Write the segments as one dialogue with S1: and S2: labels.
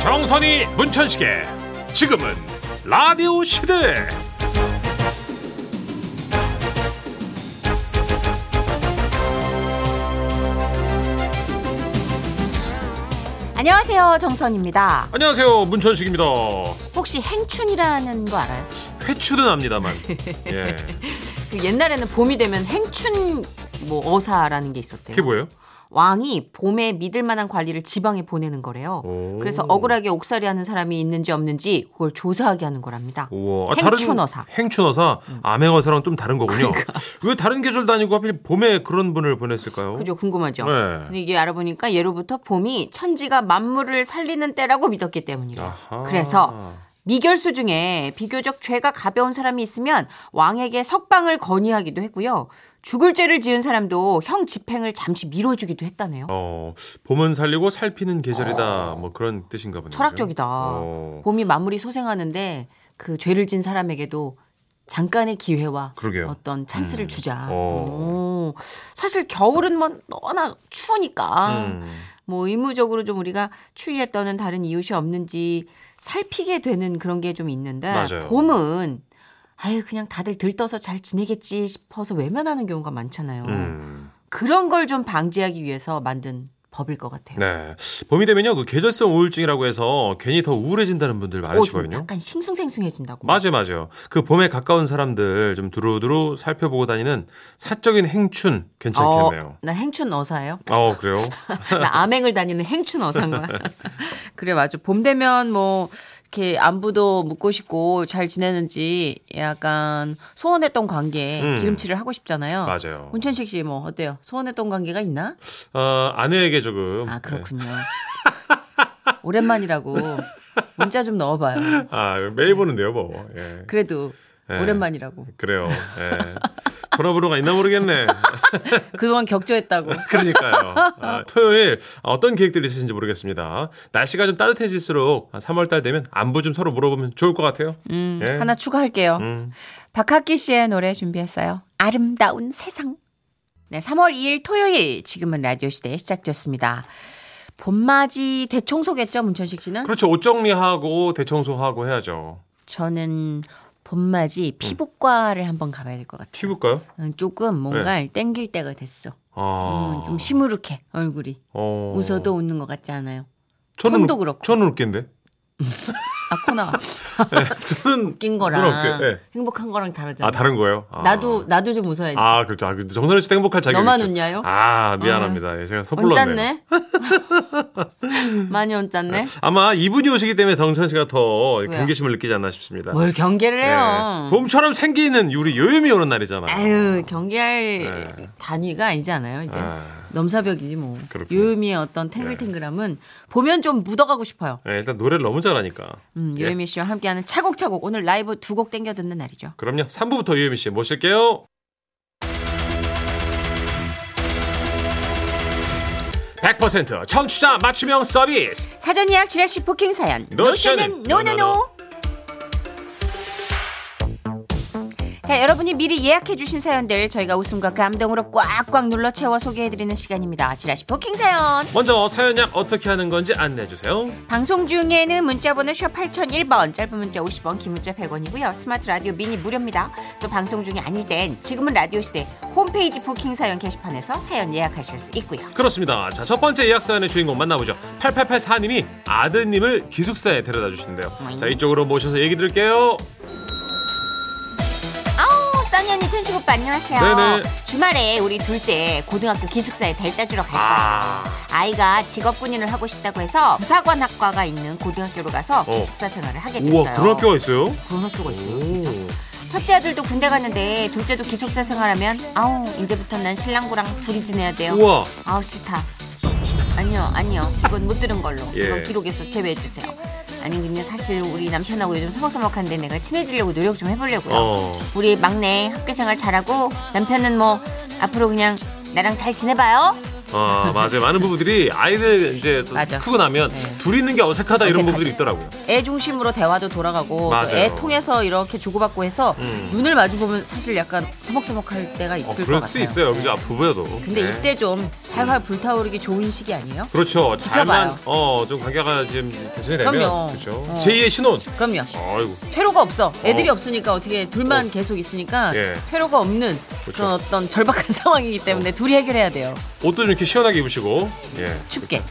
S1: 정선이 문천식의 지금은 라디오 시대
S2: 안녕하세요 정선입니다.
S1: 안녕하세요 문천식입니다
S2: 혹시 행춘이라는 거 알아요?
S1: 회출은 압니다만 예
S2: 그 옛날에는 봄이 되면 행춘 뭐 어사라는 게 있었대요.
S1: 그게 뭐예요
S2: 왕이 봄에 믿을 만한 관리를 지방에 보내는 거래요.
S1: 오.
S2: 그래서 억울하게 옥살이하는 사람이 있는지 없는지 그걸 조사하게 하는 거랍니다.
S1: 우와 아,
S2: 행춘어사. 음. 그러니까.
S1: 다른, 행춘어사 암행어사랑 좀 다른 거군요 왜 다른 계절 다니고 하필 봄에 그런 분을 보냈을까요
S2: 그죠 궁금하죠.
S1: 네.
S2: 근데 이게 알아보니까 예로부터 봄이 천지가 만물을 살리는 때라고 믿었기 때문이래요.
S1: 아하.
S2: 그래서 미결수 중에 비교적 죄가 가벼운 사람이 있으면 왕에게 석방을 건의하기도 했고요. 죽을 죄를 지은 사람도 형 집행을 잠시 미뤄주기도 했다네요.
S1: 어 봄은 살리고 살피는 계절이다 뭐 그런 뜻인가 보네요
S2: 철학적이다.
S1: 어,
S2: 봄이 만물이 소생하는데 그 죄를 진 사람에게도 잠깐의 기회와
S1: 그러게요. 음.
S2: 어떤 찬스를 주자.
S1: 어.
S2: 오. 사실 겨울은 뭐 너나 추우니까
S1: 음.
S2: 뭐 의무적으로 좀 우리가 추위에 떠는 다른 이웃이 없는지 살피게 되는 그런 게 좀 있는데
S1: 맞아요.
S2: 봄은 아유 그냥 다들 들떠서 잘 지내겠지 싶어서 외면하는 경우가 많잖아요.
S1: 음.
S2: 그런 걸 좀 방지하기 위해서 만든 법일 것 같아요.
S1: 네. 봄이 되면요, 그 계절성 우울증이라고 해서 괜히 더 우울해진다는 분들
S2: 어, 좀
S1: 많으시거든요.
S2: 약간 싱숭생숭해진다고.
S1: 맞아요, 맞아요. 그 봄에 가까운 사람들 좀 두루두루 살펴보고 다니는 사적인 행춘 괜찮겠네요.
S2: 어, 나 행춘 어사예요.
S1: 어, 그래요?
S2: 나 암행을 다니는 행춘 어사인 거야. 그래 맞아. 봄 되면 뭐 이렇게 안부도 묻고 싶고 잘 지내는지 약간 소원했던 관계
S1: 음.
S2: 기름칠을 하고 싶잖아요.
S1: 맞아요.
S2: 문천식 씨 뭐 어때요? 소원했던 관계가 있나?
S1: 어, 아내에게 조금. 네.
S2: 아 그렇군요. 오랜만이라고 문자 좀 넣어봐요.
S1: 아, 매일 보는데요, 뭐. 예.
S2: 그래도
S1: 네.
S2: 오랜만이라고.
S1: 그래요. 예. 전화번호가 있나 모르겠네.
S2: 그동안 격조했다고.
S1: 그러니까요. 아, 토요일 어떤 계획들이 있으신지 모르겠습니다. 날씨가 좀 따뜻해질수록 3월달 되면 안부 좀 서로 물어보면 좋을 것 같아요.
S2: 음,
S1: 예.
S2: 하나 추가할게요.
S1: 음.
S2: 박학기 씨의 노래 준비했어요. 아름다운 세상. 네, 3월 2일 토요일 지금은 라디오 시대에 시작됐습니다. 봄맞이 대청소겠죠, 문천식 씨는?
S1: 그렇죠. 옷 정리하고 대청소하고 해야죠.
S2: 저는 봄맞이
S1: 음.
S2: 피부과를 한번 가봐야 될 것 같아요.
S1: 피부과요?
S2: 음, 조금 뭔가 땡길 때가 됐어.
S1: 네. 아.
S2: 음, 좀 시무룩해 얼굴이.
S1: 어.
S2: 웃어도 웃는 것 같지 않아요.
S1: 저는
S2: 톤도
S1: 웃-
S2: 그렇고.
S1: 저는 웃긴데.
S2: 아 코나
S1: 저는
S2: 웃긴 거랑
S1: 웃게, 예.
S2: 행복한 거랑 다르잖아.
S1: 아 다른 거예요. 아.
S2: 나도 나도 좀 웃어야지.
S1: 아 그렇죠. 아, 그 정선우 씨도 행복할 자격.
S2: 너만 웃냐요? 어.
S1: 아 미안합니다. 예, 제가 섣불렀네요.
S2: 언짢네. 많이 언짢네.
S1: 아마 이분이 오시기 때문에 정선 씨가 더
S2: 왜요?
S1: 경계심을 느끼지 않나 싶습니다.
S2: 뭘 경계를 해요.
S1: 예. 봄처럼 생기는 우리 요요미 오는 날이잖아요.
S2: 아유 경계할
S1: 네.
S2: 단위가 아니잖아요 이제
S1: 아.
S2: 넘사벽이지 뭐
S1: 그렇군요. 네.
S2: 요요미의 어떤 탱글탱글함은 보면 좀 묻어가고 싶어요
S1: 예, 일단 노래를 너무 잘하니까.
S2: 음,
S1: 예.
S2: 요요미 씨와 함께하는 차곡차곡 오늘 라이브 두 곡 땡겨 듣는 날이죠
S1: 그럼요. 3부부터 유혜미 씨 모실게요. (100%) 청취자 맞춤형 서비스
S2: 사전 예약 지라시 부킹 사연
S1: 노션은
S2: 노션은 노노노 자 여러분이 미리 예약해 주신 사연들 저희가 웃음과 감동으로 꽉꽉 눌러 채워 소개해드리는 시간입니다 지라시 부킹 사연
S1: 먼저 사연약 어떻게 하는 건지 안내해 주세요
S2: 방송 중에는 문자번호 샵 8001번 짧은 문자 50원 긴 문자 100원이고요 스마트 라디오 미니 무료입니다 또 방송 중이 아닐 땐 지금은 라디오 시대 홈페이지 부킹 사연 게시판에서 사연 예약하실 수 있고요
S1: 그렇습니다 자 첫 번째 예약 사연의 주인공 만나보죠 8884님이 아드님을 기숙사에 데려다 주신대요 자 이쪽으로 모셔서 얘기 들을게요
S2: 아우 써니 언니 천식 오빠 안녕하세요
S1: 네네.
S2: 주말에 우리 둘째 고등학교 기숙사에 델따 주러 갈 거예요
S1: 아
S2: 아이가 직업군인을 하고 싶다고 해서 부사관학과가 있는 고등학교로 가서
S1: 어.
S2: 기숙사 생활을 하게 됐어요
S1: 우와 그런 학교가 있어요?
S2: 그런 학교가 있어요 진짜
S1: 오.
S2: 첫째 아들도 군대 갔는데 둘째도 기숙사 생활하면 아우 이제부터 난 신랑구랑 둘이 지내야 돼요.
S1: 우와
S2: 아우 싫다. 아니요 아니요 이건 못 들은 걸로
S1: 예.
S2: 이건 기록에서 제외해 주세요. 아니 근데 사실 우리 남편하고 요즘 서먹서먹한데 내가 친해지려고 노력 좀 해보려고요.
S1: 어.
S2: 우리 막내 학교 생활 잘하고 남편은 뭐 앞으로 그냥 나랑 잘 지내봐요.
S1: 어, 맞아요. 많은 부부들이 아이들 이제 또
S2: 맞아.
S1: 크고 나면
S2: 네.
S1: 둘이 있는 게 어색하다 이런
S2: 어색하죠.
S1: 부부들이 있더라고요.
S2: 애 중심으로 대화도 돌아가고
S1: 맞아요.
S2: 애 통해서 이렇게 주고받고 해서
S1: 음.
S2: 눈을 마주 보면 사실 약간 서먹서먹할 때가
S1: 어,
S2: 있을 것
S1: 그럴
S2: 같아요.
S1: 수 있어요. 그죠? 아, 부부여도.
S2: 근데
S1: 네.
S2: 이때 좀 활활 불타오르기 좋은 시기 아니에요?
S1: 그렇죠. 잘만
S2: 지켜봐요.
S1: 어좀 관계가 지금 개선이 되면
S2: 그럼요.
S1: 그렇죠.
S2: 어.
S1: 제2의 신혼.
S2: 그럼요.
S1: 아이고.
S2: 퇴로가 없어. 애들이
S1: 어.
S2: 없으니까 어떻게 둘만 계속 있으니까
S1: 예.
S2: 퇴로가 없는 그런
S1: 그렇죠. 어.
S2: 어떤 절박한 상황이기 때문에 둘이 해결해야 돼요.
S1: 옷도 좀 이렇게 시원하게 입으시고. 예.
S2: 춥게.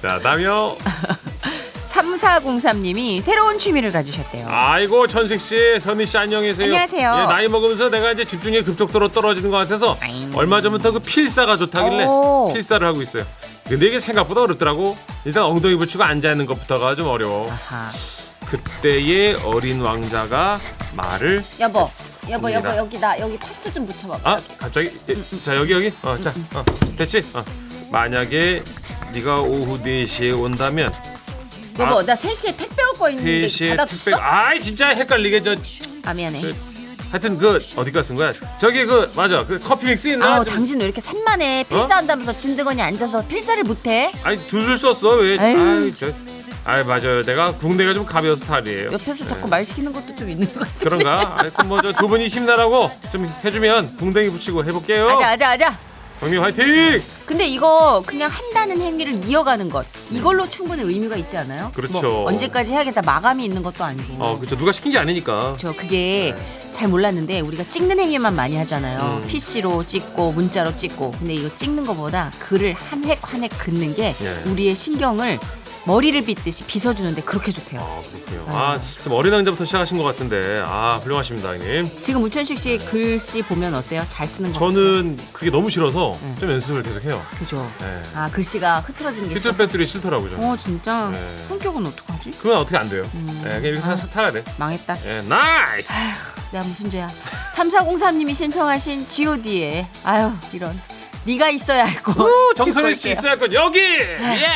S1: 자, 다음이요.
S2: 3403님이 새로운 취미를 가지셨대요.
S1: 그렇죠. 아이고 천식 씨, 선희 씨 안녕하세요.
S2: 안녕하세요.
S1: 예, 나이 먹으면서 내가 이제 집중력이 급속도로 떨어지는 것 같아서
S2: 아잉.
S1: 얼마 전부터 그 필사가 좋다길래
S2: 오.
S1: 필사를 하고 있어요. 근데 이게 생각보다 어렵더라고. 일단 엉덩이 붙이고 앉아 있는 것부터가 좀 어려워.
S2: 아하.
S1: 그때의 어린 왕자가 말을
S2: 여보, 여보,
S1: 됩니다.
S2: 여보 여기 나 여기 파스 좀 붙여봐봐.
S1: 아 갑자기 예, 자 여기 여기 어 자 어, 됐지 어. 만약에 네가 오후 4시에 온다면
S2: 여보
S1: 아.
S2: 나 3시에 택배 올 거 있는데
S1: 3시에
S2: 네, 받아줬어?
S1: 택배 아이 진짜 헷갈리게 저
S2: 아 미안해.
S1: 그, 하여튼 그 어디가 쓴 거야 저기 그 맞아 그 커피 믹스 있나
S2: 아우
S1: 좀- 어?
S2: 당신 왜 이렇게 산만해 필사한다면서 진드건이 앉아서 필사를 못해
S1: 아니 두 줄 썼어 왜
S2: 에휴.
S1: 아이 저 아이 맞아요 내가 국내가 좀 가벼워서 탈이에요
S2: 옆에서
S1: 네.
S2: 자꾸 말 시키는 것도 좀 있는 것 같아
S1: 그런가 하여튼 뭐저 두 분이 힘내라고 좀 해주면 궁뎅이 붙이고 해볼게요
S2: 아자 아자 아자
S1: 형님 화이팅
S2: 근데 이거 그냥 한다는 행위를 이어가는 것 이걸로 충분히 의미가 있지 않아요?
S1: 네. 그렇죠.
S2: 뭐 언제까지 해야겠다 마감이 있는 것도 아니고
S1: 어 그쵸 누가 시킨 게 아니니까
S2: 저 그게 잘 몰랐는데 우리가 찍는 행위만 많이 하잖아요.
S1: 음.
S2: PC로 찍고 문자로 찍고. 근데 이거 찍는 것보다 글을 한 획 한 획 긋는 게
S1: 예.
S2: 우리의 신경을 머리를 빗듯이 빗어주는데 그렇게 좋대요.
S1: 아 그렇군요. 아좀 어린 왕자부터 시작하신 것 같은데 아 훌륭하십니다, 형님.
S2: 지금 우천식 씨 글씨 보면 어때요? 잘 쓰는 거.
S1: 저는 그게 너무 싫어서
S2: 네.
S1: 좀 연습을 계속 해요.
S2: 그죠.
S1: 네.
S2: 아 글씨가 흐트러지는 게
S1: 피트
S2: 싫어서.
S1: 배터리 싫더라고요. 저는.
S2: 어 진짜
S1: 네.
S2: 성격은 어떡하지?
S1: 그건 어떻게 안 돼요.
S2: 음.
S1: 네, 그냥 이렇게 사, 살아야 돼.
S2: 망했다.
S1: 예, 나이스.
S2: 내가 무슨 죄야. 3403님이 신청하신 god의 아유 이런 네가 있어야 할 거.
S1: 정선희
S2: 듣고
S1: 씨
S2: 올게요. 네.
S1: 있어야 할 것. 여기. 예.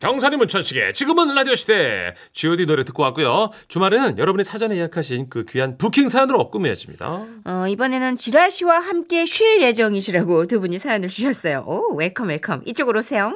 S1: 정선희 문천식의 지금은 라디오 시대 G.O.D 노래 듣고 왔고요. 주말에는 여러분이 사전에 예약하신 그 귀한 부킹 사연으로 꾸며집니다.
S2: 어, 이번에는 지라 씨와 함께 쉴 예정이시라고 두 분이 사연을 주셨어요. 오, 웰컴, 웰컴. 이쪽으로 오세요.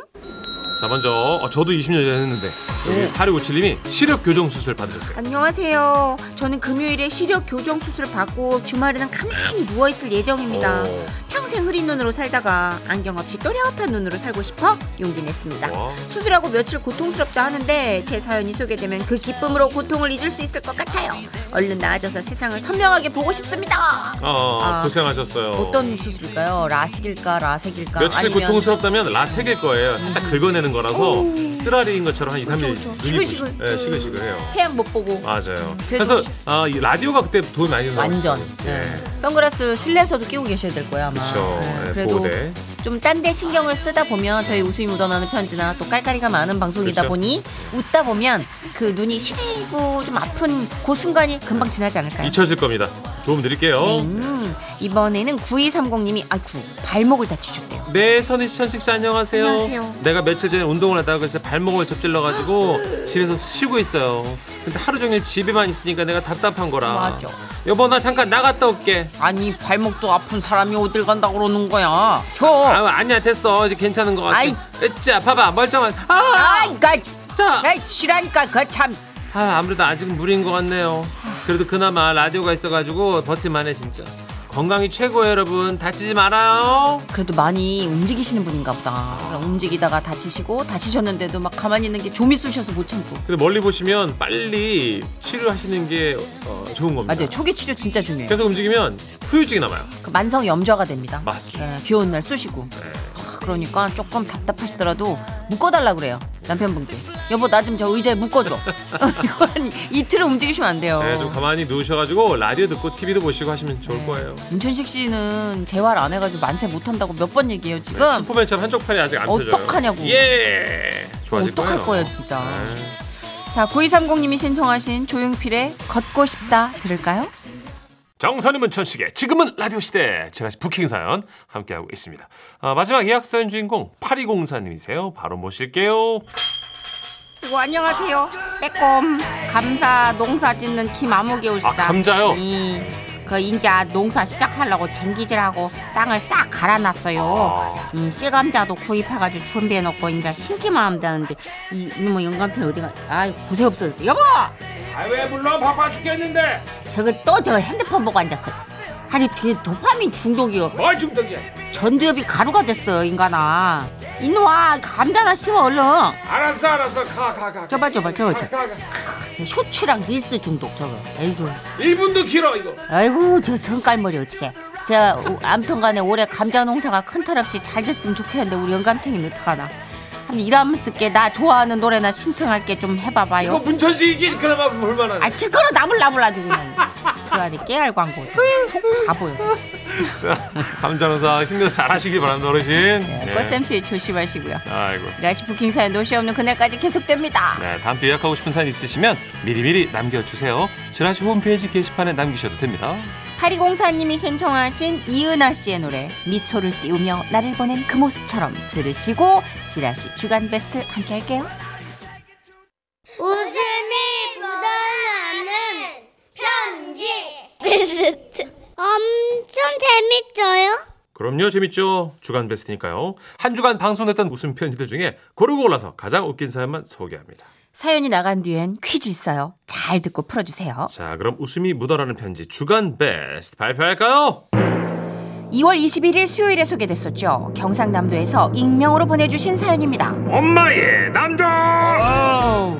S1: 자 먼저 어, 저도 20년 전에 했는데
S2: 네.
S1: 여기 사료고칠님이 시력 교정 수술 받으셨어요.
S2: 안녕하세요. 저는 금요일에 시력 교정 수술 받고 주말에는 가만히 누워 있을 예정입니다.
S1: 어.
S2: 평생 흐린 눈으로 살다가 안경 없이 또렷한 눈으로 살고 싶어 용기 냈습니다.
S1: 와.
S2: 수술하고 며칠 고통스럽다 하는데 제 사연이 소개되면 그 기쁨으로 고통을 잊을 수 있을 것 같아요. 얼른 나아져서 세상을 선명하게 보고 싶습니다.
S1: 아,
S2: 아,
S1: 고생하셨어요.
S2: 수술일까요? 라식일까, 라색일까?
S1: 며칠 고통스럽다면 라색일 거예요. 살짝 긁어내는 거라서 쓰라리인 것처럼 한 2, 3일
S2: 음. 그렇죠, 그렇죠. 시글시글.
S1: 예, 시글시글해요.
S2: 태양 못 보고
S1: 맞아요.
S2: 그래도-
S1: 그래서 아, 이 라디오가 그때 도움이 많이 됐어요.
S2: 완전.
S1: 예.
S2: 네. 선글라스 실내에서도 끼고 계셔야 될 거예요 아마.
S1: 그렇죠.
S2: 네,
S1: 예,
S2: 그래도
S1: 보호대.
S2: 좀 딴 데 신경을 쓰다 보면 저희 웃음이 묻어나는 편지나 또 깔깔이가 많은 방송이다
S1: 그렇죠.
S2: 보니 웃다 보면 그 눈이 시리고 좀 아픈 그 순간이 금방 지나지 않을까요?
S1: 잊혀질 겁니다. 도움 드릴게요.
S2: 네, 음. 이번에는 9230님이 아이쿠 발목을 다치셨대요.
S1: 네, 선희 씨, 천식 씨 안녕하세요.
S2: 안녕하세요.
S1: 내가 며칠 전에 운동을 하다가 그래서 발목을 접질러 가지고 집에서 쉬고 있어요. 근데 하루 종일 집에만 있으니까 내가 답답한 거라.
S2: 맞아.
S1: 여보 나 잠깐 나갔다 올게.
S3: 아니 발목도 아픈 사람이 어딜 간다 그러는 거야? 저
S1: 아, 아니야 됐어 이제 괜찮은 것 같아.
S2: 아이.
S1: 자 봐봐 멀쩡한. 아,
S2: 아이가 네.
S1: 자.
S2: 나 싫어하니까 그참
S1: 아, 아무래도 아직은 무리인 것 같네요. 그래도 그나마 라디오가 있어가지고 버틸만해 진짜. 건강이 최고예요, 여러분. 다치지 말아요.
S2: 그래도 많이 움직이시는 분인가 보다. 그러니까 움직이다가 다치시고 다치셨는데도 막 가만히 있는 게 좀이 쑤셔서 못 참고.
S1: 근데 멀리 보시면 빨리 치료하시는 게 어, 좋은 겁니다.
S2: 맞아요. 초기 치료 진짜 중요해요.
S1: 계속 움직이면 후유증이 남아요.
S2: 그 만성 염좌가 됩니다.
S1: 맞습니다. 네.
S2: 예, 비 오는 날 쑤시고. 아, 그러니까 조금 답답하시더라도 묶어달라 그래요. 남편분께. 여보 나 좀 저 의자에 묶어줘. 이건 이틀은 움직이시면 안 돼요.
S1: 네, 좀 가만히 누우셔가지고 라디오 듣고 TV도 보시고 하시면
S2: 네.
S1: 좋을 거예요.
S2: 문천식 씨는 재활 안 해가지고 만세 못한다고 몇 번 얘기해요
S1: 네,
S2: 지금.
S1: 슈퍼맨처럼 한쪽 팔이 아직 안 펴져요.
S2: 어떡하냐고.
S1: 예. 좋아질
S2: 어떡할
S1: 거예요.
S2: 거예요 진짜.
S1: 네.
S2: 자 9230님이 신청하신 조용필의 걷고 싶다 들을까요?
S1: 정선이 문천식의 지금은 라디오 시대 제가 부킹 사연 함께하고 있습니다. 아, 마지막 예약 사연 주인공 8204님이세요. 바로 모실게요.
S2: 그리고 안녕하세요. 빼꼼 감사 농사 짓는 김아무개울씨다.
S1: 아, 감자요?
S2: 이 그 인자 농사 시작하려고 쟁기질하고 땅을 싹 갈아놨어요.
S1: 아,
S2: 이 씨감자도 구입해가지고 준비해놓고 이제 신기만 하면 되는데 이 이놈의 영감태 어디가 아 구세 없어졌어. 여보,
S1: 왜 불러? 바빠 죽겠는데.
S2: 저거 또 저 핸드폰 보고 앉았어. 아니 되게 도파민 중독이요.
S1: 뭘 중독이야?
S2: 전두엽이 가루가 됐어 인간아. 이놈아 감자나 심어 얼른.
S1: 알았어, 알았어. 가, 가, 가.
S2: 저봐 저봐 저거 저,
S1: 가, 가.
S2: 저 쇼츠랑 릴스 중독 저거. 에이구.
S1: 1분도 길어 이거.
S2: 아이고 저 성깔머리 어떻게 자 어, 암튼간에 올해 감자 농사가 큰 틀 없이 잘 됐으면 좋겠는데 우리 영감탱이는 어떡하나 한번 일하면 쓸게 나 좋아하는 노래나 신청할게 좀
S1: 이거 뭐-
S2: 해봐봐요
S1: 문천식이 그나마 볼만한.
S2: 아 시끄러 나물 나물 아주 그냥 그 안에 깨알 광고 속다 보여
S1: 자, 감자농사 힘내서 잘하시길 바랍니다, 어르신. 네.
S2: 꽃샘추위 조심하시고요
S1: 아이고.
S2: 지라시 부킹 사연 노시 없는 그날까지 계속됩니다
S1: 네, 다음 주 예약하고 싶은 사연 있으시면 미리미리 남겨주세요. 지라시 홈페이지 게시판에 남기셔도 됩니다.
S2: 파리공사님이 신청하신 이은아 씨의 노래 미소를 띄우며 나를 보낸 그 모습처럼 들으시고 지라시 주간 베스트 함께 할게요
S4: 웃음이 묻어나는 편지. 엄청 재밌죠요?
S1: 그럼요, 재밌죠. 주간 베스트니까요. 한 주간 방송됐던 웃음 편지들 중에 고르고 골라서 가장 웃긴 사연만 소개합니다.
S2: 사연이 나간 뒤엔 퀴즈 있어요. 잘 듣고 풀어주세요.
S1: 자, 그럼 웃음이 묻어나는 편지 주간 베스트 발표할까요?
S2: 2월 21일 수요일에 소개됐었죠. 경상남도에서 익명으로 보내주신 사연입니다.
S1: 엄마의 남자!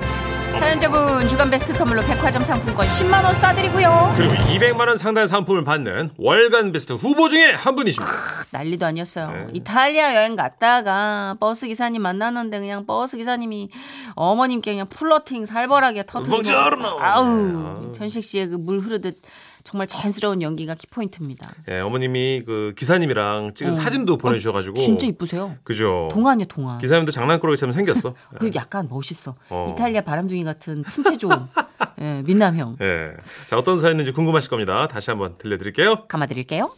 S2: 사연자분 주간 베스트 선물로 백화점 상품권 10만 원 쏴드리고요.
S1: 그리고 200만 원 상당의 상품을 받는 월간 베스트 후보 중에 한 분이십니다.
S2: 난리도 아니었어요.
S1: 네.
S2: 이탈리아 여행 갔다가 버스 기사님 만났는데 그냥 버스 기사님이 어머님께 그냥 플러팅 살벌하게 터뜨리고
S1: 봉자르노.
S2: 아우 전식 씨의 그 물 흐르듯 정말 자연스러운 연기가 키포인트입니다.
S1: 예, 어머님이 그 기사님이랑 찍은
S2: 어.
S1: 사진도 보내주셔가지고
S2: 진짜 이쁘세요.
S1: 그죠.
S2: 동안이요 동안.
S1: 기사님도 장난꾸러기처럼 생겼어.
S2: 그 약간 멋있어.
S1: 어.
S2: 이탈리아 바람둥이 같은 풍채 좋은 예, 민남형.
S1: 예. 자 어떤 사연인지 궁금하실 겁니다. 다시 한번 들려드릴게요.
S2: 감아드릴게요.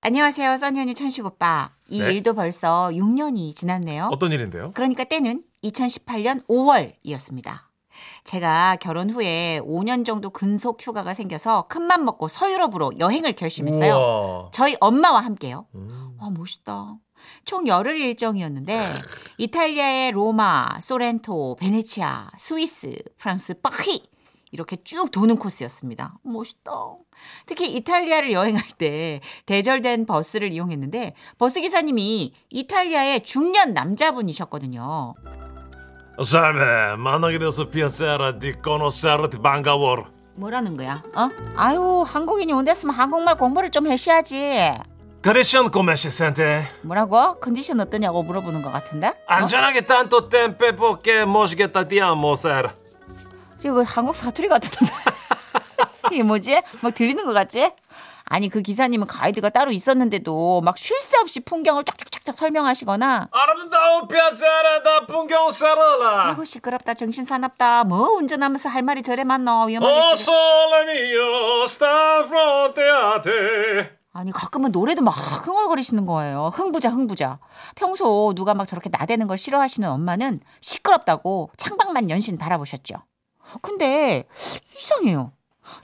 S2: 안녕하세요, 써니언니 천식 오빠. 이
S1: 네.
S2: 일도 벌써 6년이 지났네요.
S1: 어떤 일인데요?
S2: 그러니까 때는 2018년 5월이었습니다. 제가 결혼 후에 5년 정도 근속 휴가가 생겨서 큰맘 먹고 서유럽으로 여행을 결심했어요.
S1: 우와.
S2: 저희 엄마와 함께요.
S1: 음.
S2: 와 멋있다. 총 열흘
S1: 네.
S2: 일정이었는데 이탈리아의 로마, 소렌토, 베네치아, 스위스, 프랑스, 파리 이렇게 쭉 도는 코스였습니다. 멋있다. 특히 이탈리아를 여행할 때 대절된 버스를 이용했는데 버스 기사님이 이탈리아의 중년 남자분이셨거든요.
S5: Salve, 만나게 돼서 피아세라 디 코노세라 디 반가워.
S2: 뭐라는 거야? 어? 아유 한국인이 온댔으면 한국말 공부를 좀 해셔야지.
S5: 크리스천 코메시 센테.
S2: 뭐라고? 컨디션 어떠냐고 물어보는 것 같은데?
S5: 안전하게 딴또 땜빼 뽑게 모시겠다 네 디아모세라.
S2: 지금 그 한국 사투리 같은데 이게 뭐지? 막 들리는 것 같지? 아니 그 기사님은 가이드가 따로 있었는데도 막 쉴 새 없이 풍경을 쫙쫙쫙쫙 설명하시거나
S5: 아름다운 피아세라 다 풍경 세라라.
S2: 아이고 시끄럽다 정신 사납다 뭐 운전하면서 할 말이 저래 많노 위험하게
S1: 어,
S5: 오
S2: 시끄러...
S5: 솔레미오 스타프로테아테.
S2: 아니 가끔은 노래도 막 흥얼거리시는 거예요 흥부자 흥부자 평소 누가 막 저렇게 나대는 걸 싫어하시는 엄마는 시끄럽다고 창밖만 연신 바라보셨죠 근데 이상해요.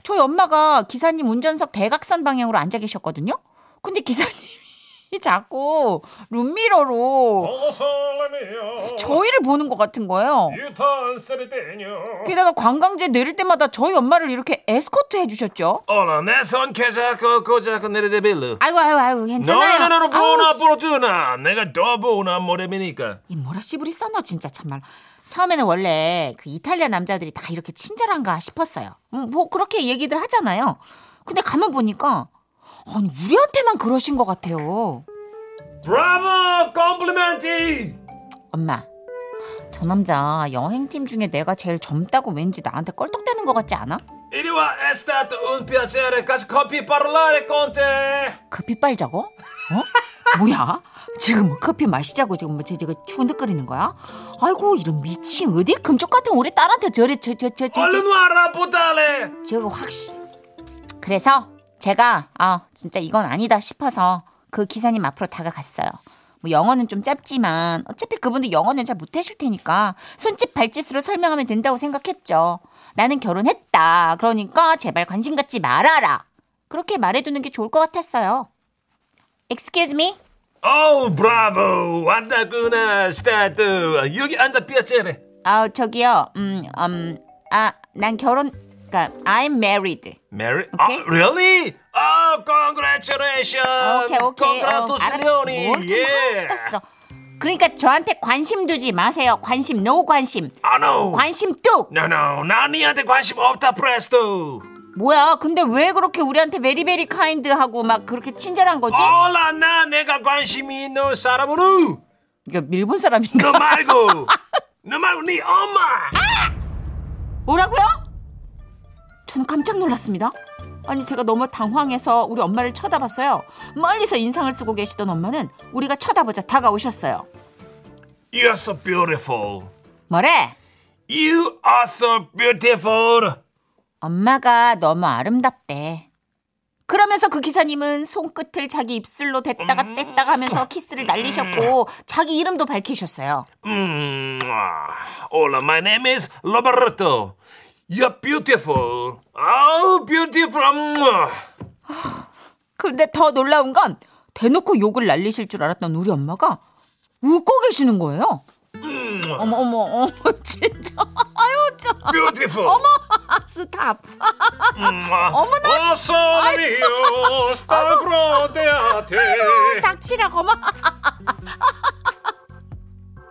S2: 저희 엄마가 기사님 운전석 대각선 방향으로 앉아 계셨거든요. 근데 기사님이 자꾸
S1: 어,
S2: 룸미러로
S5: 오 솔레미오.
S2: 저희를 보는 것 같은 거예요.
S5: 유턴 세르테뇨.
S2: 게다가 관광지에 내릴 때마다 저희 엄마를 이렇게 에스코트 해주셨죠.
S5: 오라 내손 계좌고 고자고 내리데빌루.
S2: 아이고 아이고 아이고 괜찮아요.
S5: 너는
S2: 아우,
S5: 보나
S2: 씨.
S5: 보나 내가 더 보나 모레미니까.
S2: 이 뭐라 씨부리 써너 진짜 참말. 처음에는 원래 그 이탈리아 남자들이 다 이렇게 친절한가 싶었어요. 음, 뭐 그렇게 얘기들 하잖아요. 근데 가만 보니까 아니 우리한테만 그러신 것 같아요.
S5: 브라보 콤플리멘티
S2: 엄마, 저 남자 여행팀 중에 내가 제일 젊다고 왠지 나한테 껄떡대는 것 같지 않아?
S5: 이리와 에스타트 운 피아체레 가스 커피 파르라레 콘테
S2: 커피 빨자고? 어? 뭐야? 지금 뭐 커피 마시자고 지금 뭐 지금 추근득거리는 거야? 아이고 이런 미친 어디 금쪽 같은 우리 딸한테 저래 저저저저
S5: 얼른 와라 보달레
S2: 저거 확실. 그래서 제가 아 진짜 이건 아니다 싶어서 그 기사님 앞으로 다가갔어요.
S5: 뭐 영어는 좀 짧지만 어차피 그분도 영어는 잘 못하실 테니까 손짓 발짓으로 설명하면 된다고 생각했죠. 나는 결혼했다. 그러니까 제발 관심 갖지 말아라. 그렇게 말해두는 게 좋을 것 같았어요. Excuse me?
S1: 오 브라보 왔다구나 스타트 여기 앉아 삐아째래
S5: 아 저기요. 음, 음, 아, 난 결혼, 그니까 I'm married.
S1: 메리
S5: 오케이.
S1: 아 really? 아 congratulations
S5: 오케이 오케이.
S1: congratulations 예.
S5: 뭘좀 수다스러. 그러니까 저한테 관심 두지 마세요. 관심, no 관심.
S1: 아 no
S5: 관심 뚝.
S1: no no 나 니한테 관심 없다 프레스토
S5: 뭐야? 근데 왜 그렇게 우리한테 베리베리 카인드하고 막 그렇게 친절한 거지?
S1: 올라 나 내가 관심이 있는 사람으로
S5: 이거 일본 사람인가?
S1: 너 말고 너 말고 네 엄마
S5: 뭐라고요? 저는 깜짝 놀랐습니다. 아니 제가 너무 당황해서 우리 엄마를 쳐다봤어요. 멀리서 인상을 쓰고 계시던 엄마는 우리가 쳐다보자 다가오셨어요.
S1: You are so beautiful
S5: 뭐래?
S1: You are so beautiful
S5: 엄마가 너무 아름답대. 그러면서 그 기사님은 손끝을 자기 입술로 댔다가 뗐다가 하면서 키스를 날리셨고 자기 이름도 밝히셨어요.
S1: Mm, ah. Hola, my name is Roberto. You're beautiful. Oh, beautiful. Mwah.
S5: 그런데 더 놀라운 건 대놓고 욕을 날리실 줄 알았던 우리 엄마가 웃고 계시는 거예요. 어머 어머 어머 진짜 아유 저
S1: Beautiful.
S5: 스탑
S1: Mwah. Oh,
S5: 어머나.
S1: son mio, sta rodeate. 네.
S5: 닥치라 고마.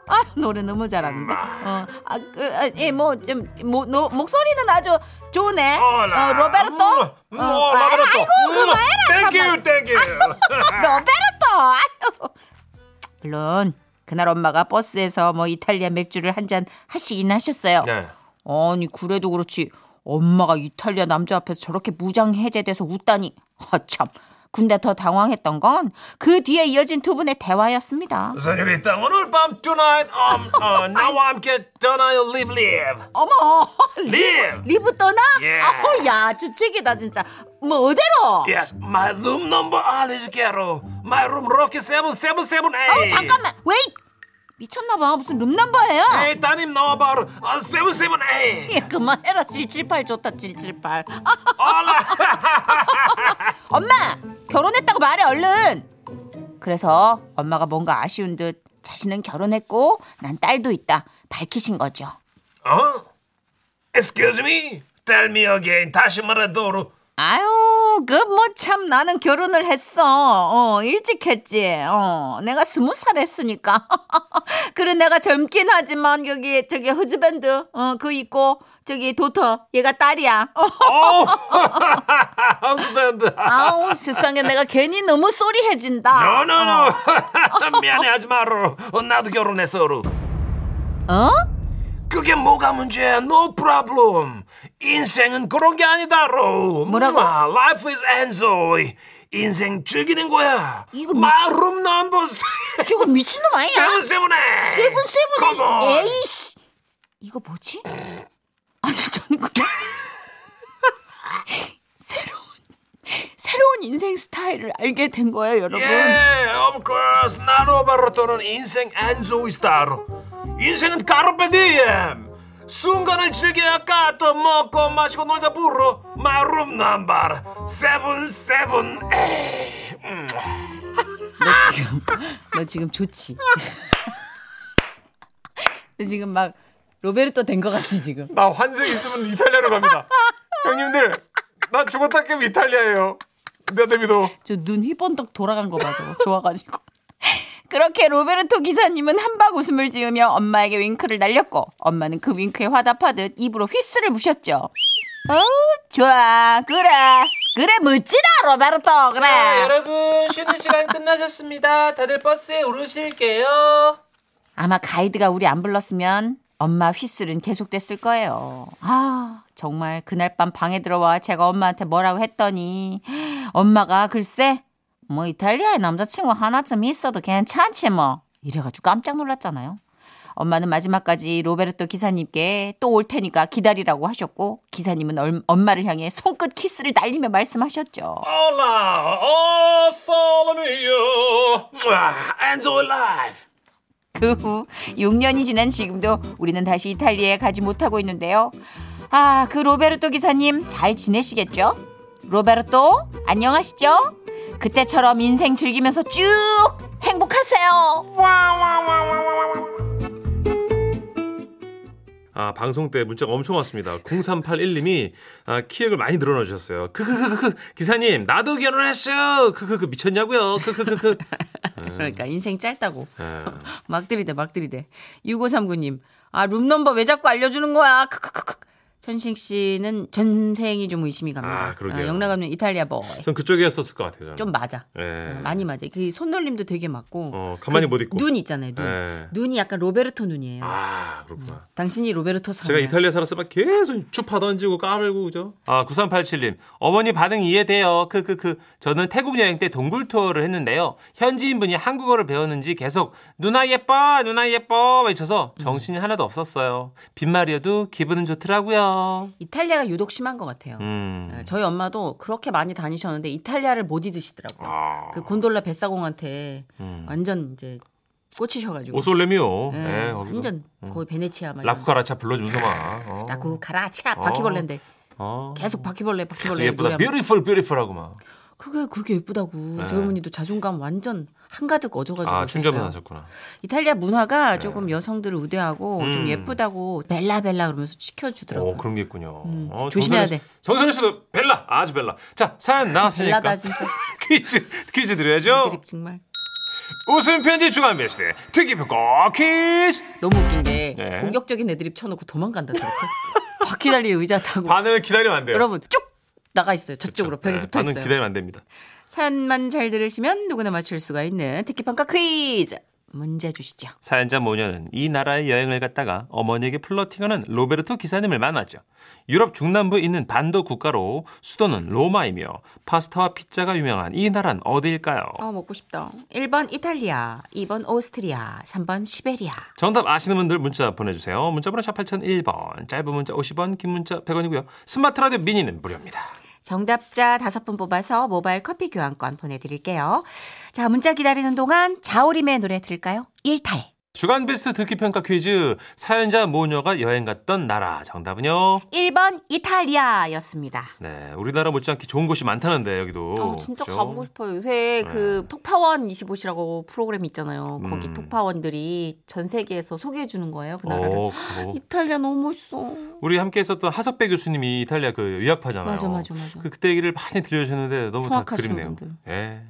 S5: 아 노래 너무
S1: 음.
S5: 잘한다. 어, 아, 그, 아, 예, 뭐, 좀, 뭐, 노, 목소리는 아주 좋네.
S1: Hola.
S5: 어, 로베르토?
S1: Mwah.
S5: 어,
S1: Oh,
S5: 아,
S1: Roberto.
S5: 아이고,
S1: Mwah.
S5: 그만해라.
S1: Thank you,
S5: 정말.
S1: thank you.
S5: 로베르토! 아유. 물론, 그날 엄마가 버스에서 뭐 이탈리아 맥주를 한 잔 하시긴 하셨어요.
S1: 네.
S5: 아니, 그래도 그렇지. 엄마가 이탈리아 남자 앞에서 저렇게 무장해제돼서 웃다니. 아, 허참. 근데 더 당황했던 건 그 뒤에 이어진 두 분의 대화였습니다.
S1: Señorita, 오늘 밤 tonight, um, uh, 나와 함께 떠나요, live, live.
S5: 어머!
S1: Live.
S5: 리브 떠나?
S1: 예.
S5: 아우, 야, 주책이다, 진짜. 뭐, 어디로?
S1: Yes, my room number 알려줄게요. My room Rocky 7778.
S5: 아우, 잠깐만. 웨잇! 미쳤나봐. 무슨 룸넘버예요
S1: 에이 따님 나와봐 아, 세븐세븐 에이
S5: 예, 그만해라. 778 좋다, 778. 아,
S1: 얼라
S5: 엄마! 결혼했다고 말해, 얼른! 그래서 엄마가 뭔가 아쉬운 듯 자신은 결혼했고 난 딸도 있다 밝히신 거죠.
S1: 어? Uh-huh. Excuse me? Tell me again 다시 말해도
S5: 아유, 그 뭐 참 나는 결혼을 했어. 어, 일찍 했지. 어, 내가 스무 살 했으니까. 그래 내가 젊긴 하지만 여기 저기 허즈밴드 어, 그 있고 저기 도터 얘가 딸이야. 어,
S1: 오 Oh! Husband
S5: 아우 세상에 내가 괜히 너무
S1: No
S5: 소리해진다.
S1: no no 미안해 하지 마로 어, 나도 결혼했어 로
S5: 어?
S1: 그게 뭐가 문제야 No problem 인생은 그런 게 아니다 로
S5: 뭐라고?
S1: 마, Life is enjoy 인생 즐기는 거야
S5: 이거
S1: My
S5: 미친-
S1: room number
S5: 저거 미친놈 아니야?
S1: 세븐세븐 에이
S5: 세븐 세븐이
S1: Come on.
S5: 에이씨. 이거 뭐지? 아니 저는 그냥 새로운 새로운 인생 스타일을 알게 된 거예요, 여러분.
S1: 예, of course. 나로 바로 또는 인생 안조 스타로. 인생은 까르페디엠. 순간을 즐겨야 까또 먹고 마시고 놀자 부러. 마룸 넘버 세븐 세븐 에이. 음.
S5: 너 지금 좋지? 너 지금 막 로베르토 된 것 같지 지금?
S6: 나 환생 있으면 이탈리아로 갑니다. 형님들, 나 죽었다 깨면 이탈리아예요.
S1: 네,
S6: 내 데미도.
S5: 저 눈 휘번덕 돌아간 거 봐, 저거 좋아가지고. 그렇게 로베르토 기사님은 한박 웃음을 지으며 엄마에게 윙크를 날렸고 엄마는 그 윙크에 화답하듯 입으로 휘스를 부셨죠. 어우 좋아 그래 그래 멋지다 로베르토
S1: 네,
S5: 그래
S7: 여러분 쉬는 시간 끝나셨습니다. 다들 버스에 오르실게요.
S5: 아마 가이드가 우리 안 불렀으면 엄마 휘슬은 계속됐을 거예요. 아, 정말 그날 밤 방에 들어와 제가 엄마한테 뭐라고 했더니 엄마가 글쎄 뭐 이탈리아에 남자친구 하나쯤 있어도 괜찮지 뭐 이래가지고 깜짝 놀랐잖아요. 엄마는 마지막까지 로베르토 기사님께 또 올 테니까 기다리라고 하셨고 기사님은 얼- 엄마를 향해 손끝 키스를 날리며 말씀하셨죠.
S8: Hola, oh, Solomio. Enjoy life.
S5: 그 후 6년이 지난 지금도 우리는 다시 이탈리아에 가지 못하고 있는데요. 아, 그 로베르토 기사님 잘 지내시겠죠? 로베르토, 안녕하시죠? 그때처럼 인생 즐기면서 쭉 행복하세요.
S1: 아, 방송 때 문자가 엄청 왔습니다. 0381님이 아, 키액을 많이 늘어놔 주셨어요. 크크크크 기사님 나도 결혼했어요. 크크크 미쳤냐고요. 크크크크. 음.
S2: 그러니까 인생 짧다고.
S1: 예.
S2: 막 들이대 막 들이대. 6539님. 아 룸넘버 왜 자꾸 알려주는 거야. 크크크크. 천식 씨는 전생이 좀 의심이 갑니다.
S1: 아, 그러게요.
S2: 영락없는 이탈리아 보이.
S1: 전 그쪽이었었을 것 같아요. 저는.
S2: 좀 맞아.
S1: 예.
S2: 어, 많이 맞아. 그 손놀림도 되게 맞고. 그
S1: 어, 가만히 못 있고.
S2: 눈 있잖아요. 눈.
S1: 예.
S2: 눈이 약간 로베르토 눈이에요.
S1: 아 그렇구나.
S2: 당신이 로베르토 사.
S1: 제가 이탈리아 살았을 때 계속 추파 던지고 까불고 그죠? 아 9387님 어머니 반응 이해돼요. 그 그 그 저는 태국 여행 때 동굴 투어를 했는데요. 현지인 분이 한국어를 배웠는지 계속 누나 예뻐 누나 예뻐
S2: 음.
S1: 외쳐서 정신이 하나도 없었어요. 빈말이어도 기분은 좋더라고요.
S2: 이탈리아가 유독 심한 것 같아요.
S1: 음.
S2: 네, 저희 엄마도 그렇게 많이 다니셨는데 이탈리아를 못 잊으시더라고요.
S1: 아. 음.
S2: 그 곤돌라 뱃사공한테 완전 이제 꽂히셔가지고.
S1: 오솔레미오.
S2: 그, 예,
S1: 예, 거기도.
S2: 완전 거의 베네치아 막 이런.
S1: 라쿠카라차 불러주더만. 어.
S2: 라쿠 가라차
S1: 어.
S2: 바퀴벌레인데
S1: 어.
S2: 계속 바퀴벌레 바퀴벌레
S1: 예쁘다.
S2: 노래하면서
S1: 뷰티풀 뷰티풀하고 막.
S2: 그게 그렇게 예쁘다고
S1: 네.
S2: 저희 어머니도 자존감 완전 한가득 얻어가지고
S1: 아 충격을
S2: 오셨어요.
S1: 하셨구나.
S2: 이탈리아 문화가 조금 여성들을 우대하고
S1: 네. 음.
S2: 좀 예쁘다고 벨라 벨라 그러면서 시켜주더라고요.
S1: 어, 그런 게 있군요.
S2: 음,
S1: 어,
S2: 조심해야
S1: 정선혜 씨-
S2: 돼.
S1: 정선혜 씨도 벨라, 아주 벨라. 자, 사연 나왔으니까
S2: 벨라다 진짜
S1: 퀴즈 퀴즈 드려야죠.
S2: 애드립 정말
S1: 웃음 편지 주간 베스트 특기평가 퀴즈.
S2: 너무 웃긴 게
S1: 네.
S2: 공격적인 애드립 쳐놓고 도망간다 저렇게 바퀴 달린 의자 타고
S1: 반응을 기다리면 안 돼요.
S2: 여러분 쭉 나가 있어요. 저쪽으로 벽에
S1: 네,
S2: 붙어
S1: 반응
S2: 있어요.
S1: 기다리면 안 됩니다.
S2: 사연만 잘 들으시면 누구나 맞출 수가 있는 특기 평가 퀴즈 문제 주시죠.
S1: 사연자 모녀는 이 나라에 여행을 갔다가 어머니에게 플러팅하는 로베르토 기사님을 만났죠. 유럽 중남부에 있는 반도 국가로 수도는 로마이며 파스타와 피자가 유명한 이 나라는 어디일까요?
S2: 아 먹고 싶다. 1번 이탈리아, 2번 오스트리아, 3번 시베리아.
S1: 정답 아시는 분들 문자 보내주세요. 문자번호 샵 8001번, 짧은 문자 50원, 긴 문자 100원이고요. 스마트 라디오 미니는 무료입니다.
S5: 정답자 다섯 분 뽑아서 모바일 커피 교환권 보내드릴게요. 자, 문자 기다리는 동안 자오림의 노래 들을까요? 일탈.
S1: 주간 베스트 듣기 평가 퀴즈 사연자 모녀가 여행 갔던 나라 정답은요.
S5: 1번 이탈리아였습니다.
S1: 네, 우리나라 못지않게 좋은 곳이 많다는데 여기도.
S2: 아 진짜
S1: 그죠?
S2: 가보고 싶어요. 요새 그 톡파원 25시라고 프로그램 있잖아요. 거기
S1: 음.
S2: 톡파원들이 전 세계에서 소개해 주는 거예요. 그 나라를.
S1: 어, 가보고.
S2: 이탈리아 너무 멋있어.
S1: 우리 함께 있었던 하석배 교수님이 이탈리아 그 유학파잖아요.
S2: 맞아 맞아 맞아.
S1: 그 그때 얘기를 많이 들려주셨는데 너무 다
S2: 성악하시는
S1: 그립네요.
S2: 분들.
S1: 예,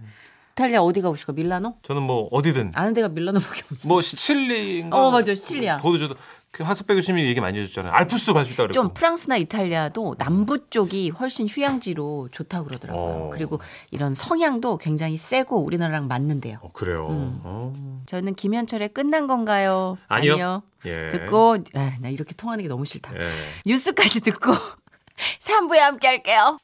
S2: 이탈리아 어디 가보실까? 밀라노?
S1: 저는 뭐 어디든
S2: 아는 데가 밀라노밖에 없어.
S1: 뭐 시칠리인가.
S2: 어 맞아 시칠리아.
S1: 저도 저도 그 하석배 교수님이 얘기 많이 해줬잖아요. 알프스도 갈 수 있다 그랬고.
S2: 좀 프랑스나 이탈리아도 남부 쪽이 훨씬 휴양지로 좋다고 그러더라고요.
S1: 어.
S2: 그리고 이런 성향도 굉장히 세고 우리나라랑 맞는데요.
S1: 어, 그래요.
S2: 음.
S1: 어.
S2: 저는 김현철의 끝난 건가요?
S1: 아니요. 네. 예.
S2: 아니요. 듣고 아, 나 이렇게 통하는 게 너무 싫다.
S1: 예.
S2: 뉴스까지 듣고 3부에 함께 할게요.